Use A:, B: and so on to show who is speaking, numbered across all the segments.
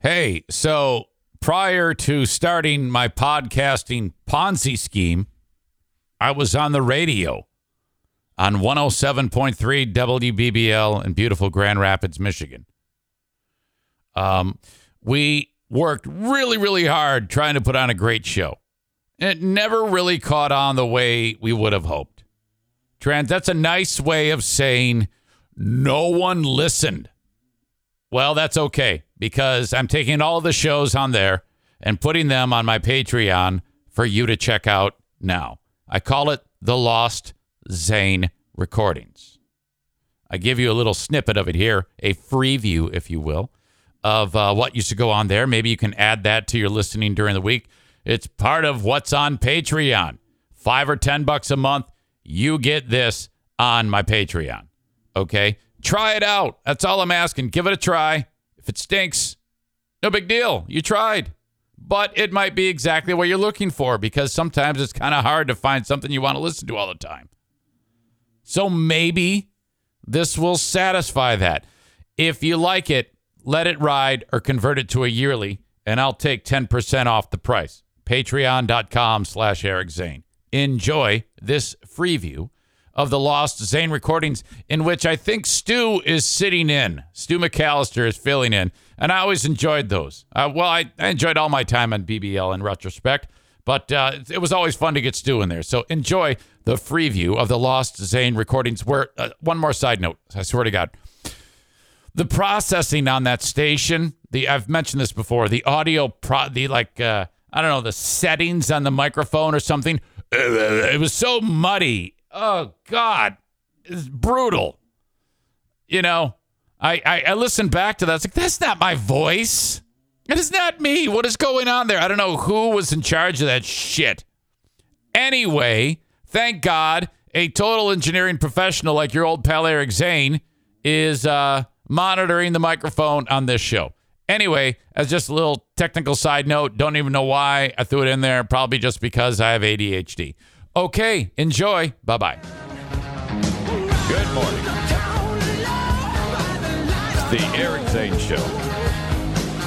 A: Hey, so prior to starting my podcasting Ponzi scheme, I was on the radio on 107.3 WBBL in beautiful Grand Rapids, Michigan. Um, we worked really, really hard trying to put on a great show. And it never really caught on the way we would have hoped. Trans, that's a nice way of saying no one listened. Well, that's okay because I'm taking all the shows on there and putting them on my Patreon for you to check out now. I call it the Lost Zane Recordings. I give you a little snippet of it here, a free view, if you will, of uh, what used to go on there. Maybe you can add that to your listening during the week. It's part of what's on Patreon. Five or 10 bucks a month, you get this on my Patreon. Okay? Try it out. That's all I'm asking. Give it a try. If it stinks, no big deal. You tried. But it might be exactly what you're looking for because sometimes it's kind of hard to find something you want to listen to all the time. So maybe this will satisfy that. If you like it, let it ride or convert it to a yearly, and I'll take 10% off the price. Patreon.com slash Eric Zane. Enjoy this free view of the Lost Zane recordings, in which I think Stu is sitting in. Stu McAllister is filling in, and I always enjoyed those. Uh, well, I, I enjoyed all my time on BBL in retrospect, but uh, it- it was always fun to get Stu in there. So enjoy the free view of the Lost Zane recordings. Where uh, one more side note, I swear to God, the processing on that station the i've mentioned this before the audio pro the like uh i don't know the settings on the microphone or something uh, it was so muddy oh god it's brutal you know I, I i listened back to that it's like that's not my voice it is not me what is going on there i don't know who was in charge of that shit Anyway, thank God a total engineering professional like your old pal Eric Zane is uh, monitoring the microphone on this show. Anyway, as just a little technical side note, don't even know why I threw it in there, probably just because I have ADHD. Okay, enjoy. Bye bye.
B: Good morning. It's the Eric Zane Show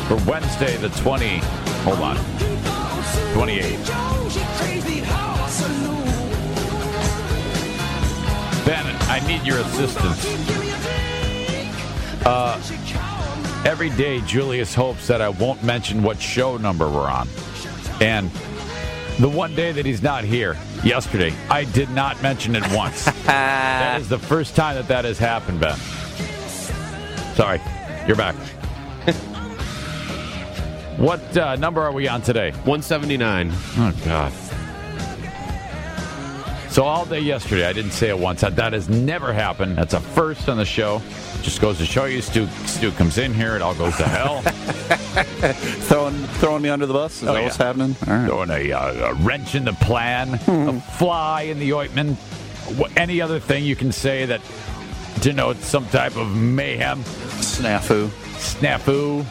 B: for Wednesday, the 20. Hold on. 28. Ben, I need your assistance. Every day, Julius hopes that I won't mention what show number we're on. And the one day that he's not here, yesterday, I did not mention it once. that is the first time that that has happened, Ben. Sorry, you're back. what uh, number are we on today?
C: 179.
B: Oh, God. So, all day yesterday, I didn't say it once. That that has never happened. That's a first on the show. Just goes to show you, Stu, Stu comes in here, it all goes to hell.
D: Throwing throwing me under the bus? Is that
B: yeah.
D: what's happening? All right.
B: throwing a, uh, a wrench in the plan, a fly in the ointment, wh- any other thing you can say that denotes some type of mayhem,
D: Snafu.
B: snafu,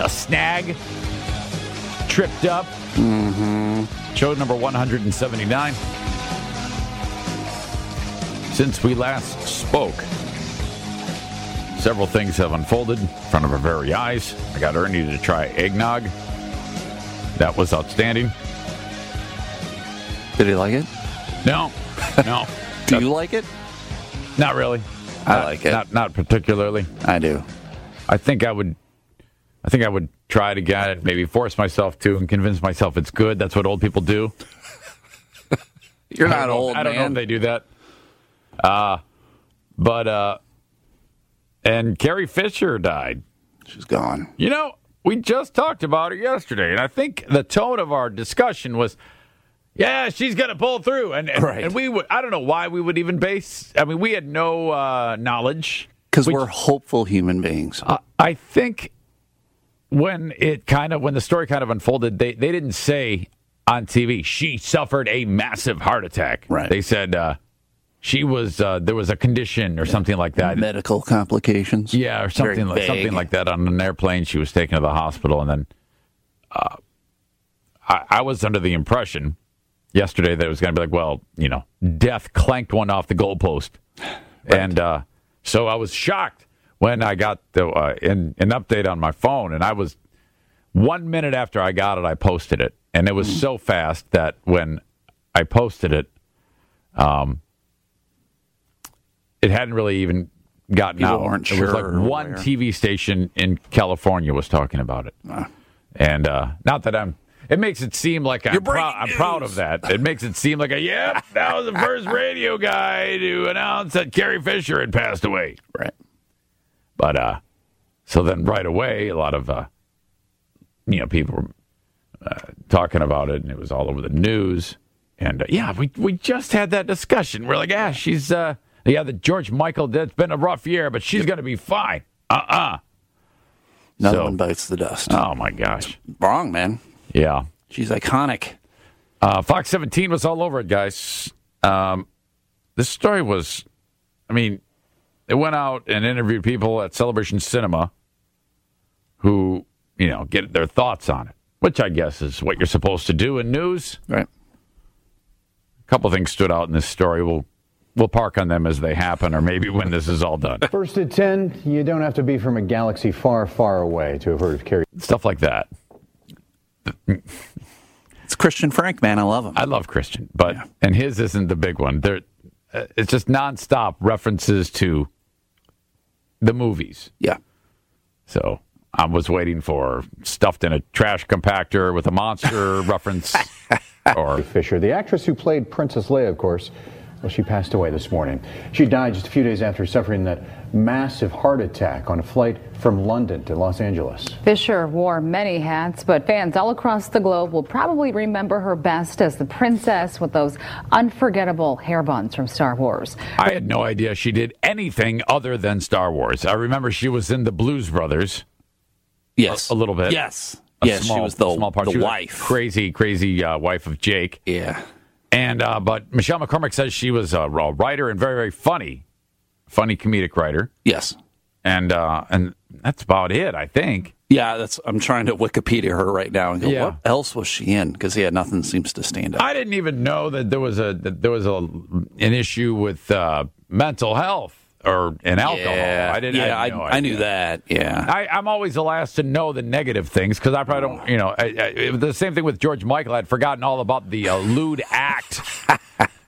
B: a snag, tripped up. Mm-hmm. Show number 179. Since we last spoke, several things have unfolded in front of our very eyes. I got Ernie to try eggnog. That was outstanding.
D: Did he like it?
B: No, no,
D: Do you like it?
B: not really.
D: I
B: Not-
D: like it.
B: Not not particularly.
D: I do.
B: I think I would. I think I would try to get it. Maybe force myself to and convince myself it's good. That's what old people do.
D: You're
B: I
D: not
B: don't know-
D: old,
B: I don't know
D: man.
B: if they do that. Uh, but uh, and Carrie Fisher died.
D: She's gone.
B: You know, we just talked about it yesterday, and I think the tone of our discussion was, "Yeah, she's gonna pull through," and and,
D: Right.
B: and we would. I don't know why we would even base. I mean, we had no uh, knowledge.
D: Because we're hopeful human beings.
B: I- I think when it kind of when the story kind of unfolded, they they didn't say on TV she suffered a massive heart attack.
D: Right.
B: They said uh, she was uh, there was a condition or something like that.
D: Medical complications.
B: Yeah, or something like something
D: vague.
B: like that on an airplane. She was taken to the hospital, and then uh, I, I was under the impression yesterday that it was going to be like, well, you know, death clanked one off the goalpost, and uh, so I was shocked
A: when I got the uh, in, an update on my phone, and I was one minute after I got it, I posted it, and it
D: Hmm.
A: was so fast that when I posted it, um, it hadn't really even gotten
D: People
A: out.
D: weren't
A: It was
D: sure or
A: like one
D: whatever.
A: TV station in California was talking about it, and uh, not that I'm. It makes it seem like I'm,
D: breaking
A: prou- I'm proud of that. It makes it seem like a yep. That was the first radio guy to announce that Carrie Fisher had passed away.
D: Right.
A: But uh, so then right away, a lot of uh, you know people were uh, talking about it, and it was all over the news. And uh, yeah, we we just had that discussion. We're like, ah, she's uh, yeah, the George Michael did. It's been a rough year, but she's gonna be fine. Uh uh
D: Another
A: So-
D: one bites the dust.
A: Oh my gosh.
D: Wrong, man.
A: Yeah.
D: She's iconic.
A: Uh, Fox 17 was all over it, guys. Um, this story was, I mean, it went out and interviewed people at Celebration Cinema who, you know, get their thoughts on it, which I guess is what you're supposed to do in news.
D: Right.
A: A couple things stood out in this story. We'll we'll park on them as they happen, or maybe when this is all done.
E: First at 10, you don't have to be from a galaxy far, far away to have heard of Carrie
A: Stuff like that.
D: It's Christian Frank, man. I love him.
A: I love Christian, but and his isn't the big one. There, uh, it's just nonstop references to the movies.
D: yeah.
A: So I was waiting for stuffed in a trash compactor with a monster reference. Or
E: Fisher. The actress who played Princess Leia, of course, well, she passed away this morning. She died just a few days after suffering that massive heart attack on a flight from London to Los Angeles.
F: Fisher wore many hats, but fans all across the globe will probably remember her best as the princess with those unforgettable hair buns from Star Wars.
A: I had no idea she did anything other than Star Wars. I remember she was in the Blues Brothers.
D: Yes.
A: a little bit.
D: Yes.
A: a
D: yes. she was the,
A: small part.
D: the
A: She was a
D: wife.
A: crazy, crazy uh, wife of Jake.
D: yeah.
A: And uh, but Michelle McCormick says she was a raw writer and very, very funny, funny comedic writer.
D: Yes.
A: and uh, and that's about it, I think.
D: Yeah, that's. I'm trying to Wikipedia her right now and go.
A: Yeah.
D: What else was she in? Because yeah, nothing seems to stand out.
A: I didn't even know that there was a that there was a an issue with uh, mental health or and alcohol.
D: Yeah,
A: I didn't.
D: Yeah,
A: I,
D: I,
A: had no
D: I knew
A: idea.
D: that. Yeah.
A: I, I'm always the last to know the negative things because I probably don't. You know, I, I, it was the same thing with George Michael. I'd forgotten all about the uh, lewd act.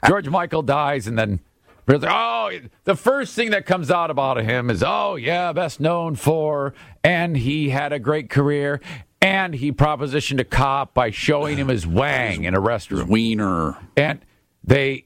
A: George Michael dies, and then we're like, oh, the first thing that comes out about him is, oh yeah, best known for, and he had a great career, and he propositioned a cop by showing him his wang in a restroom
D: Wiener.
A: and they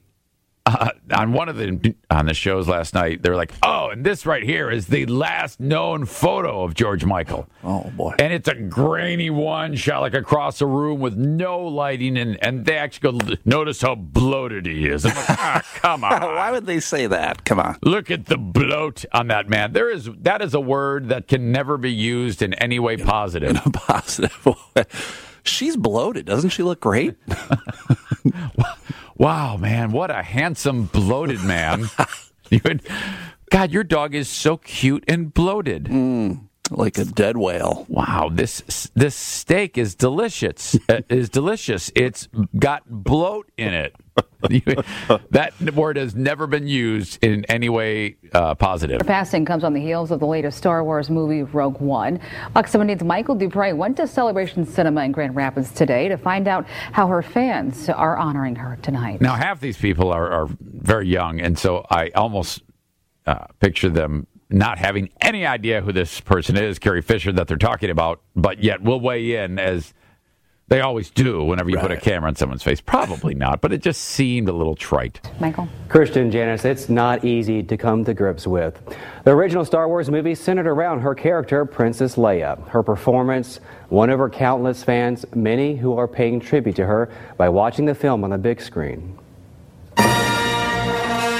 A: uh, on one of the on the shows last night they were like oh and this right here is the last known photo of george michael
D: Oh, boy.
A: and it's a grainy one shot like across a room with no lighting and and they actually go notice how bloated he is i'm like ah, come on
D: Why would they say that? Come on.
A: Look at the bloat on that man. There is that is a word that can never be used in any way positive.
D: Positive. She's bloated. Doesn't she look great?
A: Wow, man, what a handsome bloated man. you would, God, your dog is so cute and bloated.
D: like a dead whale.
A: Wow, this this steak is delicious. uh, is delicious. It's got bloat in it. You- that word has never been used in any way uh, positive.
F: Passing comes on the heels of the latest Star Wars movie, Rogue One. Oxymanid's Michael Dupre went to Celebration Cinema in Grand Rapids today to find out how her fans are honoring her tonight.
A: Now, half these people are, are very young, and so I almost uh, picture them not having any idea who this person is, Carrie Fisher, that they're talking about, but yet will weigh in as they always do whenever you put a
D: Right.
A: camera on someone's face. Probably not, but it just seemed a little trite.
F: Michael?
G: Christian Janice, it's not easy to come to grips with. The original Star Wars movie centered around her character, Princess Leia. Her performance, one of her countless fans, many who are paying tribute to her by watching the film on the big screen.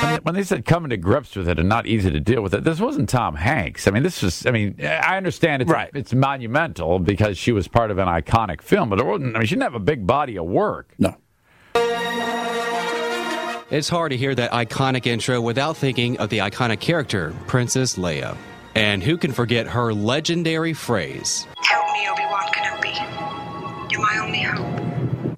A: When they, when they said coming to grips with it and not easy to deal with it, this wasn't Tom Hanks. I mean, this was, I mean, I understand it's,
D: Right.
A: it's monumental because she was part of an iconic film, but it wasn't, I mean, she didn't have a big body of work.
D: No.
H: It's hard to hear that iconic intro without thinking of the iconic character, Princess Leia. And who can forget her legendary phrase?
B: Help me, Obi-Wan Kenobi. You're my only hope.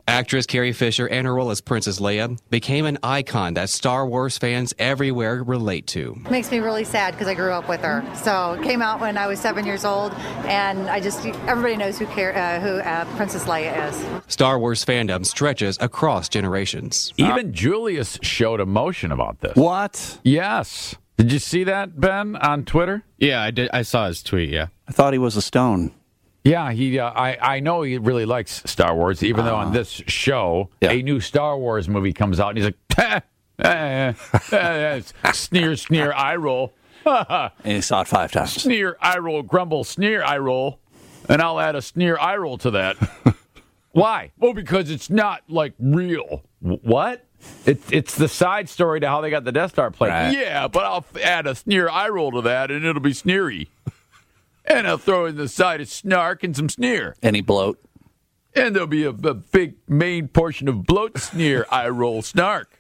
G: Actress Carrie Fisher and her role as Princess Leia became an icon that Star Wars fans everywhere relate to.
I: Makes me really sad because I grew up with her. So it came out when I was seven years old, and I just everybody knows who Car- uh, who uh, Princess Leia is.
G: Star Wars fandom stretches across generations.
A: Even Julius showed emotion about this.
D: What?
A: Yes. Did you see that, Ben, on Twitter?
C: Yeah, I did. I saw his tweet. Yeah.
D: I thought he was a stone.
A: Yeah, he. Uh, I I know he really likes Star Wars, even though on this show
D: Yeah.
A: a new Star Wars movie comes out, and he's like, "Eh, eh, eh, eh," sneer, sneer, eye roll,
D: And he saw it five times.
A: sneer, eye roll, grumble, sneer, eye roll, and I'll add a sneer, eye roll to that. Why? Well, because it's not like real. Wh- What? It's it's the side story to how they got the Death Star plate.
D: Right.
A: Yeah, but I'll f- add a sneer, eye roll to that, and it'll be sneery. And I'll throw in the side of snark and some sneer.
D: Any bloat?
A: And there'll be a, a big main portion of bloat sneer, I roll snark.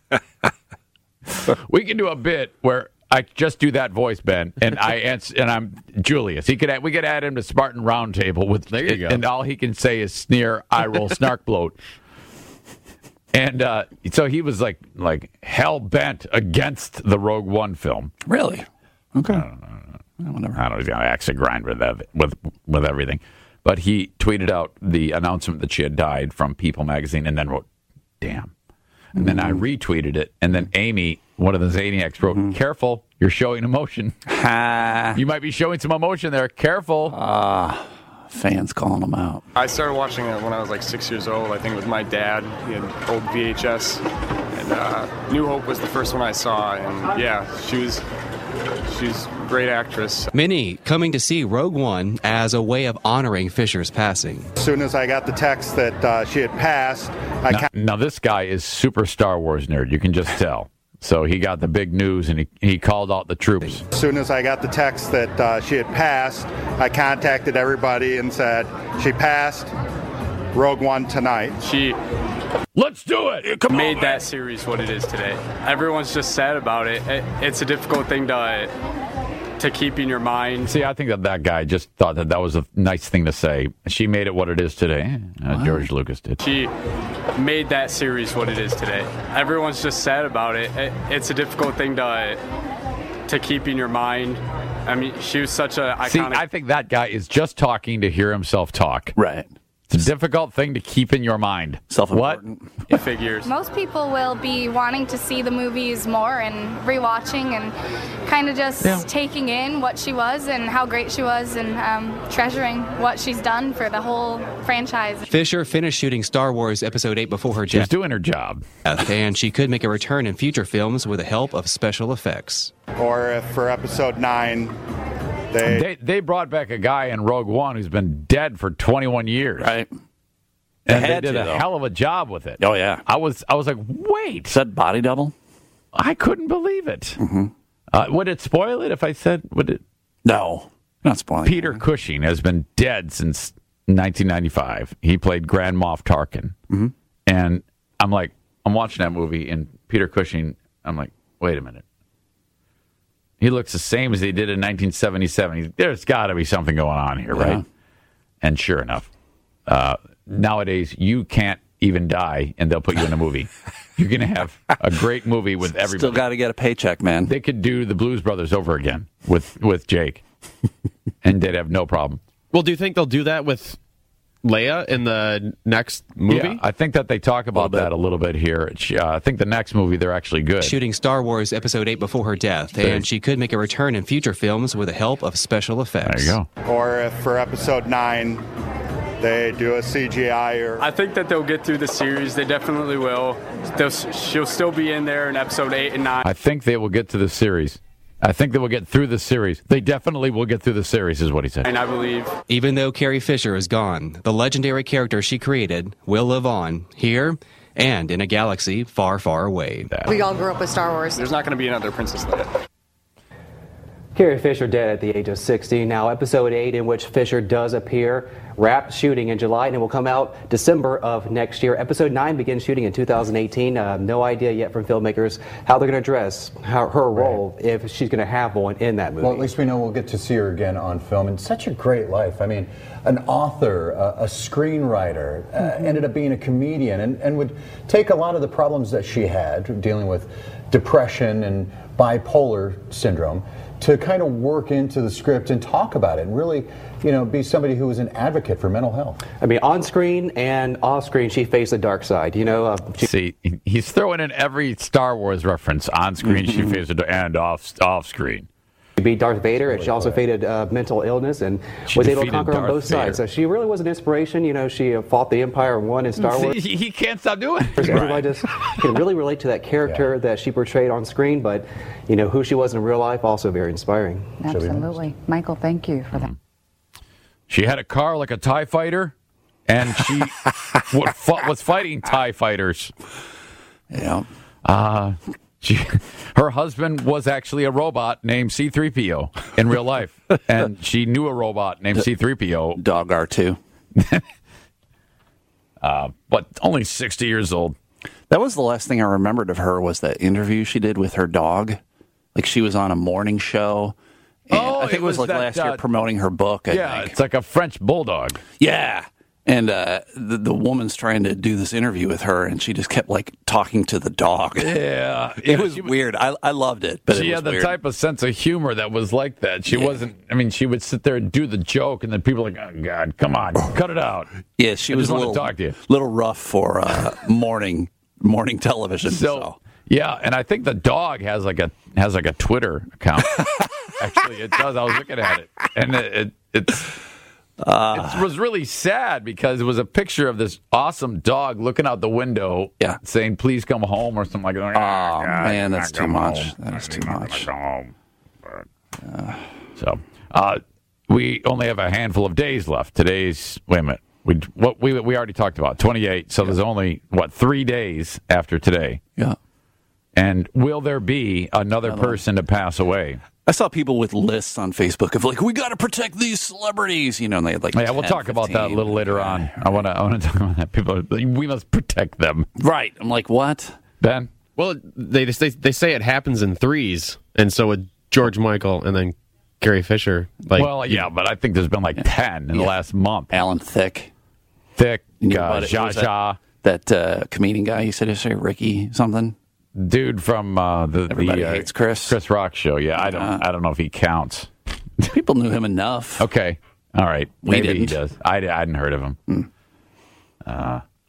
A: we can do a bit where I just do that voice, Ben, and I ans- and I'm Julius. He could add, we could add him to Spartan Roundtable with
C: There you go.
A: and all he can say is sneer, I roll snark bloat. And uh, so he was like like hell bent against the Rogue One film.
D: Really? Okay. Well,
A: I
D: Whatever.
A: don't know. He's going to axe a grind with, ev- with with everything. But he tweeted out the announcement that she had died from People magazine, and then wrote, "Damn." And then I retweeted it, and then Amy, one of the Zaniacs, wrote, "Careful, you're showing emotion.
D: Ha!
A: You might be showing some emotion there. Careful."
D: Fans calling him out.
F: I started watching it when I was like six years old. I think it was my dad. He had old VHS. And uh, New Hope was the first one I saw, and yeah, she was she's a great actress.
G: Many coming to see Rogue One as a way of honoring Fisher's passing.
J: As soon as I got the text that uh, she had passed, I
A: now, now this guy is super Star Wars nerd. You can just tell. So he got the big news, and he he called out the troops.
J: As soon as I got the text that uh, she had passed, I contacted everybody and said, she passed Rogue One tonight.
F: She
A: Let's do it. Come
F: made that series what it is today. Everyone's just sad about it. it it's a difficult thing to to keep in your mind.
A: See, I think that that guy just thought that that was a nice thing to say. She made it what it is today. Uh, George Lucas did.
F: She made that series what it is today. Everyone's just sad about it. it it's a difficult thing to to keep in your mind. I mean, she was such a iconic.
A: See, I think that guy is just talking to hear himself talk.
D: Right.
A: It's a difficult thing to keep in your mind. What?
D: Self-important.
F: figures.
J: Most people will be wanting to see the movies more and rewatching and kind of just
A: Yeah.
J: taking in what she was and how great she was and um, treasuring what she's done for the whole franchise.
G: Fisher finished shooting Star Wars Episode 8 before her
A: She's
G: death,
A: doing her job.
G: and she could make a return in future films with the help of special effects.
J: Or if for episode nine,
A: They they brought back a guy in Rogue One who's been dead for 21 years,
D: Right.
A: and
D: They
A: they
D: had
A: did
D: to,
A: a
D: though.
A: hell of a job with it.
D: Oh, yeah.
A: I was I was like,
D: Is
A: wait,
D: that body double?
A: I couldn't believe it.
D: Mm-hmm.
A: Uh, would it spoil it if I said? Would it?
D: No. Not spoiling.
A: Peter Cushing has been dead since 1995. He played Grand Moff Tarkin. And I'm like, I'm watching that movie, and Peter Cushing, I'm like, wait a minute. He looks the same as he did in 1977. He's- There's got to be something going on here, right? And sure enough, uh, nowadays you can't even die, and they'll put you in a movie. You're going to have a great movie with everybody
D: Still got to get a paycheck, man.
A: they could do the Blues Brothers over again with with Jake, and they'd have no problem.
C: Well, do you think they'll do that with Leia in the next movie?
A: Yeah, I think that they talk about that a little bit here. It's, Uh, I think the next movie they're actually good.
G: Shooting Star Wars Episode 8 before her death, and she could make a return in future films with the help of special
A: There
G: effects.
A: you go.
J: or if for episode nine, they do a CGI or
F: I think that they'll get through the series. They definitely will. They'll, she'll still be in there in episode eight and nine.
A: I think they will get to the series. I think they will get through the series. They definitely will get through the series, is what he said.
F: And I believe
G: Even though Carrie Fisher is gone, the legendary character she created will live on here and in a galaxy far, far away.
F: we all grew up with Star Wars. There's not going to be another Princess Leia.
G: Carrie Fisher dead at the age of 60. Now, episode 8, in which Fisher does appear, wrapped shooting in July, and it will come out December of next year. Episode 9 begins shooting in 2018. Uh, no idea yet from filmmakers how they're going to address her, her role, if she's going to have one in that movie.
E: Well, at least we know we'll get to see her again on film. And such a great life. I mean, an author, a, a screenwriter, uh, ended up being a comedian, and, and would take a lot of the problems that she had dealing with depression and bipolar syndrome to kind of work into the script and talk about it and really, you know, be somebody who was an advocate for mental health.
G: I mean, on screen and off screen, she faced the dark side. You know, uh, she-
A: See, he- he's throwing in every Star Wars reference on screen. she faces it, and off off screen.
G: She beat Darth Vader, and she also fated uh, mental illness and was able to
A: defeated
G: conquer on
A: Darth
G: both sides.
A: Vader.
G: So she really was an inspiration. You know, she uh, fought the Empire and won in Star Wars.
A: See, he, he can't stop doing. it.
G: Everybody just can really relate to that character that she portrayed on screen, but you know who she was in real life also very inspiring.
F: Absolutely. Michael, thank you for that.
A: She had a car like a Tie Fighter, and she wa- fu- was fighting Tie Fighters.
D: Yeah.
A: Uh, she, her husband was actually a robot named C3PO in real life, and she knew a robot named C3PO,
D: Dog R2.
A: but only sixty years old.
D: That was the last thing I remembered of her was that interview she did with her dog. Like she was on a morning show. And
A: Oh,
D: I think
A: it
D: it was,
A: was
D: like
A: that,
D: last
A: uh,
D: year promoting her book. I
A: Yeah,
D: think.
A: it's like a French bulldog.
D: Yeah. And uh, the, the woman's trying to do this interview with her, and she just kept like talking to the dog.
A: Yeah,
D: It was weird. I, I loved it, but
A: she
D: it was
A: had the
D: weird.
A: type of sense of humor that was like that. She wasn't. I mean, she would sit there and do the joke, and then people were like, "Oh God, come on, cut it out."
D: Yeah, she
A: I
D: was
A: just
D: a
A: wanna
D: little,
A: talk to you.
D: little rough for uh, morning morning television. So,
A: So yeah, and I think the dog has like a has like a Twitter account. Actually, it does. I was looking at it, and it, it it's.
D: Uh.
A: it was really sad because it was a picture of this awesome dog looking out the window,
D: Yeah.
A: saying "Please come home" or something like that. Oh
D: man, that's too much. That is too much.
A: So uh, we only have a handful of days left. Today's wait a minute. We what we we already talked about twenty eight. So there's only what three days after today.
D: yeah,
A: And will there be another person to pass away?
D: I saw people with lists on Facebook of like, we got to protect these celebrities, you know, and they had like,
A: Oh, Yeah, we'll
D: 10,
A: talk about that a
D: 15.
A: little later on. I want to I want to talk about that. People, are- we must protect them.
D: Right? I'm like, what?
A: Ben,
C: Well, they just they, they say it happens in threes, and so with George Michael and then Gary Fisher, like
A: well, yeah, but I think there's been like ten in the
D: Yeah.
A: last month.
D: Alan Thick,
A: Thick,
D: You knew
A: uh,
D: about it. What
A: Zsa
D: was that?
A: Zsa,
D: that uh, comedian guy you said yesterday, Ricky something.
A: dude from uh, the
D: Everybody
A: the, uh,
D: hates Chris. Uh-huh.
A: Chris Rock show. Yeah, I don't I don't know if he counts.
D: People knew him enough.
A: Okay. All right.
D: We
A: Maybe he
D: didn't. Mm.
A: does. I, I hadn't heard of him.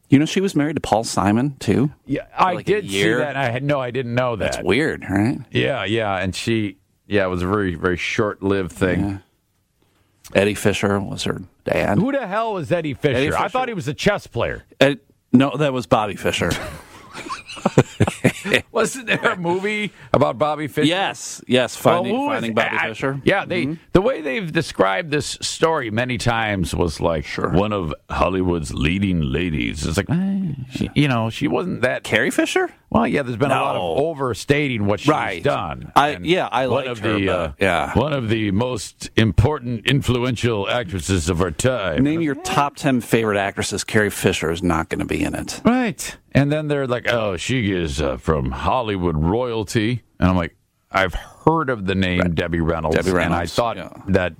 D: You know, she was married to Paul Simon too.
A: Yeah, I
D: like a
A: did see
D: year?
A: that. And I had no, I didn't know that.
D: That's weird, right?
A: Yeah, yeah, and she, yeah, it was a very, very short-lived thing.
D: Eddie Fisher was her dad.
A: Who the hell was Eddie Fisher?
D: Eddie
A: I
D: Fisher-
A: thought he was a chess player.
D: Ed- no, that was Bobby Fisher.
A: Wasn't there a movie about Bobby Fisher?
D: yes, yes,
A: Well,
D: finding,
A: who was-
D: finding Bobby Mm-hmm.
A: I-
D: Fisher.
A: Yeah, they the way they've described this story many times was like one of Hollywood's leading ladies. It's like, eh, she, you know, she wasn't that
D: Carrie Fisher.
A: Well, yeah, there's been a lot of
D: No.
A: overstating what she's
D: Right.
A: done.
D: I- yeah, I
A: one
D: liked
A: of
D: her,
A: the
D: but-
A: uh,
D: yeah.
A: one of the most important, influential actresses of her time.
D: Name your top ten favorite actresses. Carrie Fisher is not going to be in it.
A: right, and then they're like, "Oh, she is uh, from Hollywood royalty," and I'm like, "I've heard of the name Debbie, Reynolds,
D: Debbie
A: and I
D: Reynolds,
A: thought
D: yeah.
A: that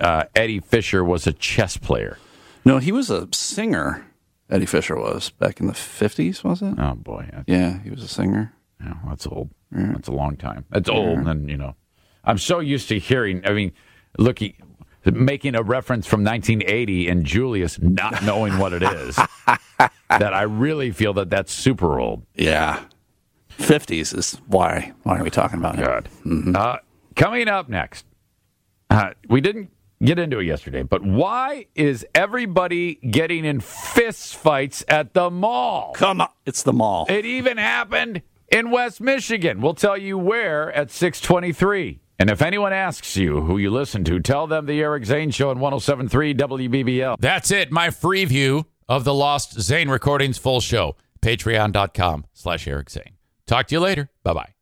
A: uh, Eddie Fisher was a chess player."
D: No, he was a singer. Eddie Fisher was back in the fifties, was it?
A: Oh boy, I-
D: Yeah, he was a singer.
A: Yeah, that's old. That's a long time. That's old. And you know, I'm so used to hearing. I mean, looking, making a reference from 1980 and Julius not knowing what it is. that I really feel that that's super old.
D: Yeah, fifties is why. Why are we talking about him?
A: Uh, coming up next, uh, we didn't get into it yesterday, but why is everybody getting in fist fights at the mall?
D: Come on, it's the mall.
A: It even happened in West Michigan. We'll tell you where at 623. And if anyone asks you who you listen to, tell them the Eric Zane Show on 1073 WBBL. That's it. My free view of the Lost Zane Recordings full show. Patreon.com slash Eric Zane. Talk to you later. Bye bye.